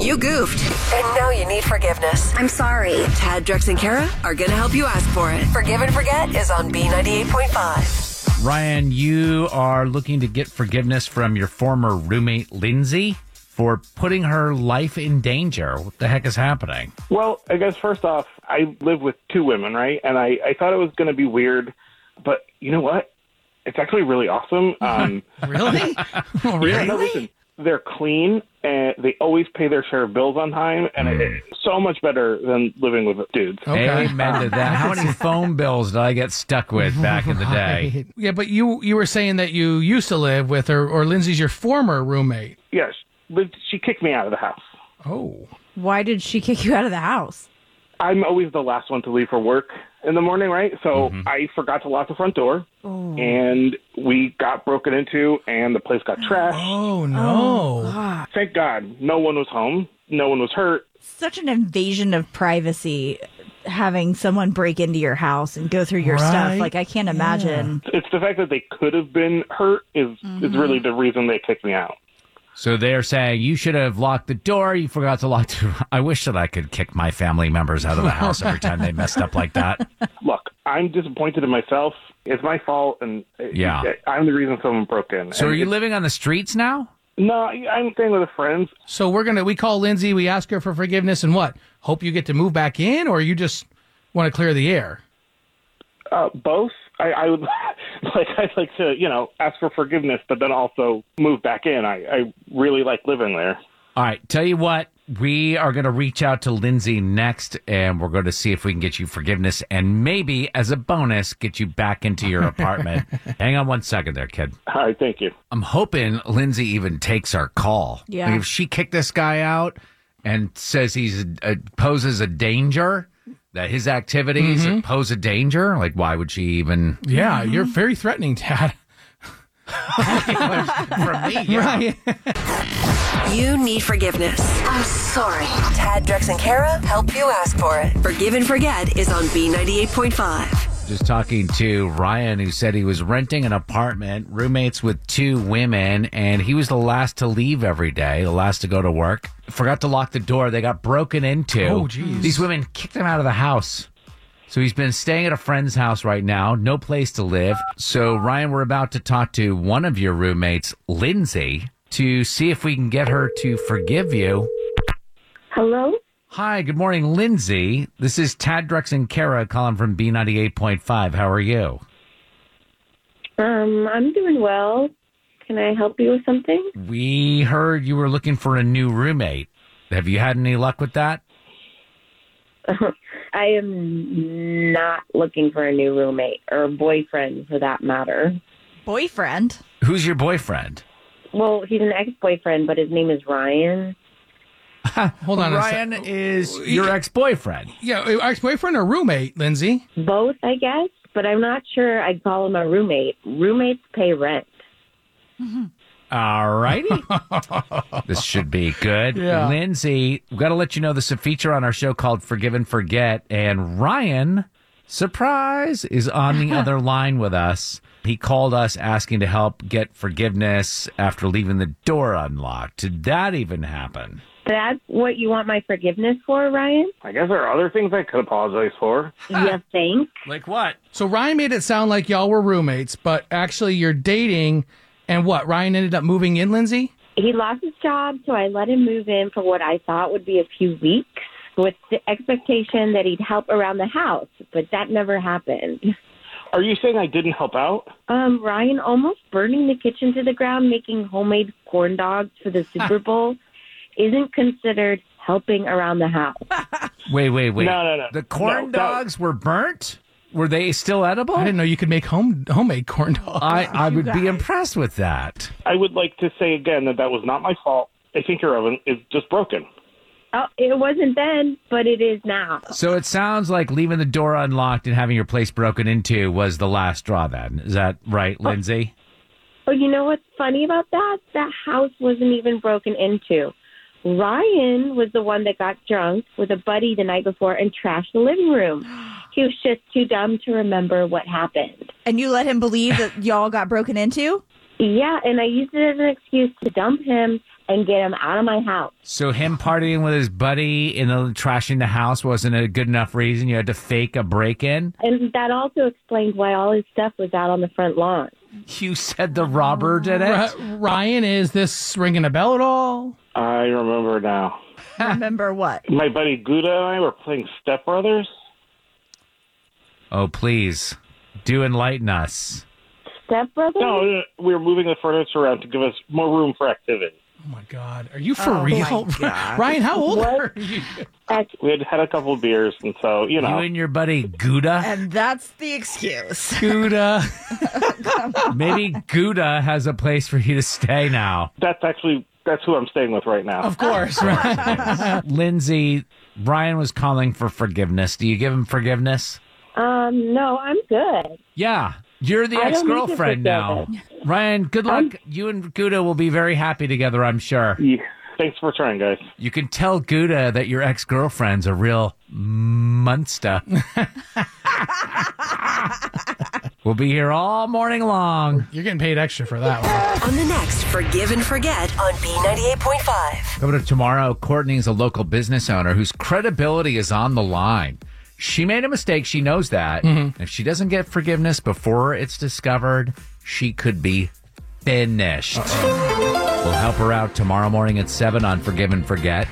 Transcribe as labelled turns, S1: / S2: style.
S1: You goofed.
S2: And now you need forgiveness.
S1: I'm sorry.
S2: Tad, Drex, and Kara are going to help you ask for it. Forgive and Forget is on B98.5.
S3: Ryan, you are looking to get forgiveness from your former roommate, Lindsay, for putting her life in danger. What the heck is happening?
S4: Well, I guess first off, I live with two women, right? And I, I thought it was going to be weird, but you know what? It's actually really awesome. Um,
S5: Really? Oh, really?
S4: yeah, no, listen, they're clean and they always pay their share of bills on time, and
S5: Mm.
S4: it's so much better than living with dudes.
S5: Okay.
S3: Amen to that. How many phone bills did I get stuck with back in the day?
S5: Yeah, but you you were saying that you used to live with her, or Lindsay's your former roommate.
S4: Yes, but she kicked me out of the house.
S5: Oh,
S6: Why did she kick you out of the house?
S4: I'm always the last one to leave for work in the morning, right? So
S5: Mm-hmm.
S4: I forgot to lock the front door, and we got broken into, and the place got trashed.
S5: oh no!
S4: Thank God, no one was home, no one was hurt.
S6: Such an invasion of privacy having someone break into your house and go through your
S5: Right.
S6: stuff. Like I can't imagine.
S4: It's the fact that they could have been hurt is is really the reason they kicked me out.
S3: So they're saying you should have locked the door. You forgot to lock. The- I wish that I could kick my family members out of the house every time they messed up like that.
S4: Look, I'm disappointed in myself. It's my fault, and uh,
S3: Yeah.
S4: I'm the reason someone broke in.
S3: So are
S4: And
S3: you living on the streets now?
S4: it- No, I'm staying with a friend.
S5: So we're gonna we call Lindsay, we ask her for forgiveness, and what? Hope you get to move back in, or you just want to clear the air.
S4: Uh, both. I, I would like. I'd like to, you know, ask for forgiveness, but then also move back in. I, I really like living there.
S3: All right, tell you what, we are going to reach out to Lindsay next and we're going to see if we can get you forgiveness and maybe as a bonus get you back into your apartment. Hang on one second there, kid.
S4: All right, thank you.
S3: I'm hoping Lindsay even takes our call.
S6: Yeah.
S3: Like, if she kicked this guy out and says he's uh, poses a danger, that his activities pose a danger, like why would she even
S5: Yeah, you're very threatening, Dad.
S3: for me? yeah.
S5: Right.
S2: You need forgiveness. I'm sorry. Tad, Drex, and Kara help you ask for it. Forgive and Forget is on B98.5.
S3: Just talking to Ryan, who said he was renting an apartment, roommates with two women, and he was the last to leave every day, the last to go to work. Forgot to lock the door. They got broken into.
S5: Oh, geez.
S3: These women kicked him out of the house. So he's been staying at a friend's house right now, no place to live. So, Ryan, we're about to talk to one of your roommates, Lindsay, to see if we can get her to forgive you.
S7: Hello?
S3: Hi, good morning, Lindsay. This is Tad Drex and Kara calling from B98.5. How are you?
S7: Um, I'm doing well. Can I help you with something?
S3: We heard you were looking for a new roommate. Have you had any luck with that?
S7: I am not looking for a new roommate or boyfriend for that matter.
S6: Boyfriend.
S3: Who's your boyfriend?
S7: Well, he's an ex boyfriend, but his name is Ryan.
S5: Hold on.
S3: Ryan
S5: A sec.
S3: is your ex boyfriend.
S5: Yeah, ex boyfriend or roommate, Lindsay?
S7: Both, I guess, but I'm not sure I'd call him a roommate. Roommates pay rent.
S3: All righty. this should be good.
S5: Yeah.
S3: Lindsay, we've got to let you know this is a feature on our show called Forgive and Forget. And Ryan, surprise, is on the other line with us. He called us asking to help get forgiveness after leaving the door unlocked. Did that even happen?
S7: That's what you want my forgiveness for, Ryan?
S4: I guess there are other things I could apologize for.
S7: you think?
S3: Like what?
S5: So Ryan made it sound like y'all were roommates, but actually you're dating. And what? Ryan ended up moving in, Lindsay?
S7: He lost his job, so I let him move in for what I thought would be a few weeks with the expectation that he'd help around the house, but that never happened.
S4: Are you saying I didn't help out?
S7: Um, Ryan almost burning the kitchen to the ground, making homemade corn dogs for the Super Bowl, isn't considered helping around the house.
S3: Wait, wait, wait.
S4: No, no, no.
S3: The corn
S4: No, that-
S3: dogs were burnt? Were they still edible?
S5: I didn't know you could make home homemade corn dogs.
S3: I, I would be impressed with that.
S4: I would like to say again that that was not my fault. I think your oven is just broken.
S7: Oh, it wasn't then, but it is now.
S3: So it sounds like leaving the door unlocked and having your place broken into was the last straw then. Is that right, Lindsay?
S7: Oh, you know what's funny about that? That house wasn't even broken into. Ryan was the one that got drunk with a buddy the night before and trashed the living room. He was just too dumb to remember what happened.
S6: And you let him believe that y'all got broken into?
S7: Yeah, and I used it as an excuse to dump him and get him out of my house.
S3: So him partying with his buddy and then trashing the house wasn't a good enough reason. You had to fake a break in.
S7: And that also explains why all his stuff was out on the front lawn.
S3: You said the robber did it.
S5: Ri- Ryan, is this ringing a bell at all?
S4: I remember now.
S6: Remember what?
S4: My buddy Gouda and I were playing Step Brothers.
S3: Oh please, do enlighten us.
S7: Step brother?
S4: No, no, uh, we were moving the furniture around to give us more room for activity.
S5: Oh my God, are you for
S6: Oh,
S5: real,
S6: my God.
S5: Ryan? How old
S7: What?
S5: are you?
S7: That's
S4: We had had a couple of beers, and so you
S3: You
S4: know,
S3: and your buddy Gouda.
S6: And that's the excuse.
S5: Gouda.
S3: Maybe Gouda has a place for you to stay now.
S4: that's actually that's who I'm staying with right now.
S5: Of course, right?
S3: Lindsay, Brian was calling for forgiveness. Do you give him forgiveness?
S7: Um, no, I'm good.
S3: Yeah. You're the
S7: I
S3: ex
S7: don't need to Um,
S3: girlfriend now. Ryan, good luck. you and Gouda will be very happy together, I'm sure.
S4: Yeah. Thanks for trying, guys.
S3: You can tell Gouda that your ex girlfriend's a real monster. we'll be here all morning long.
S5: You're getting paid extra for that one.
S2: On the next Forgive and Forget on B98.5.
S3: Coming up tomorrow, Courtney is a local business owner whose credibility is on the line. She made a mistake. She knows that. If she doesn't get forgiveness before it's discovered, she could be finished. We'll help her out tomorrow morning at 7 on Forgive and Forget.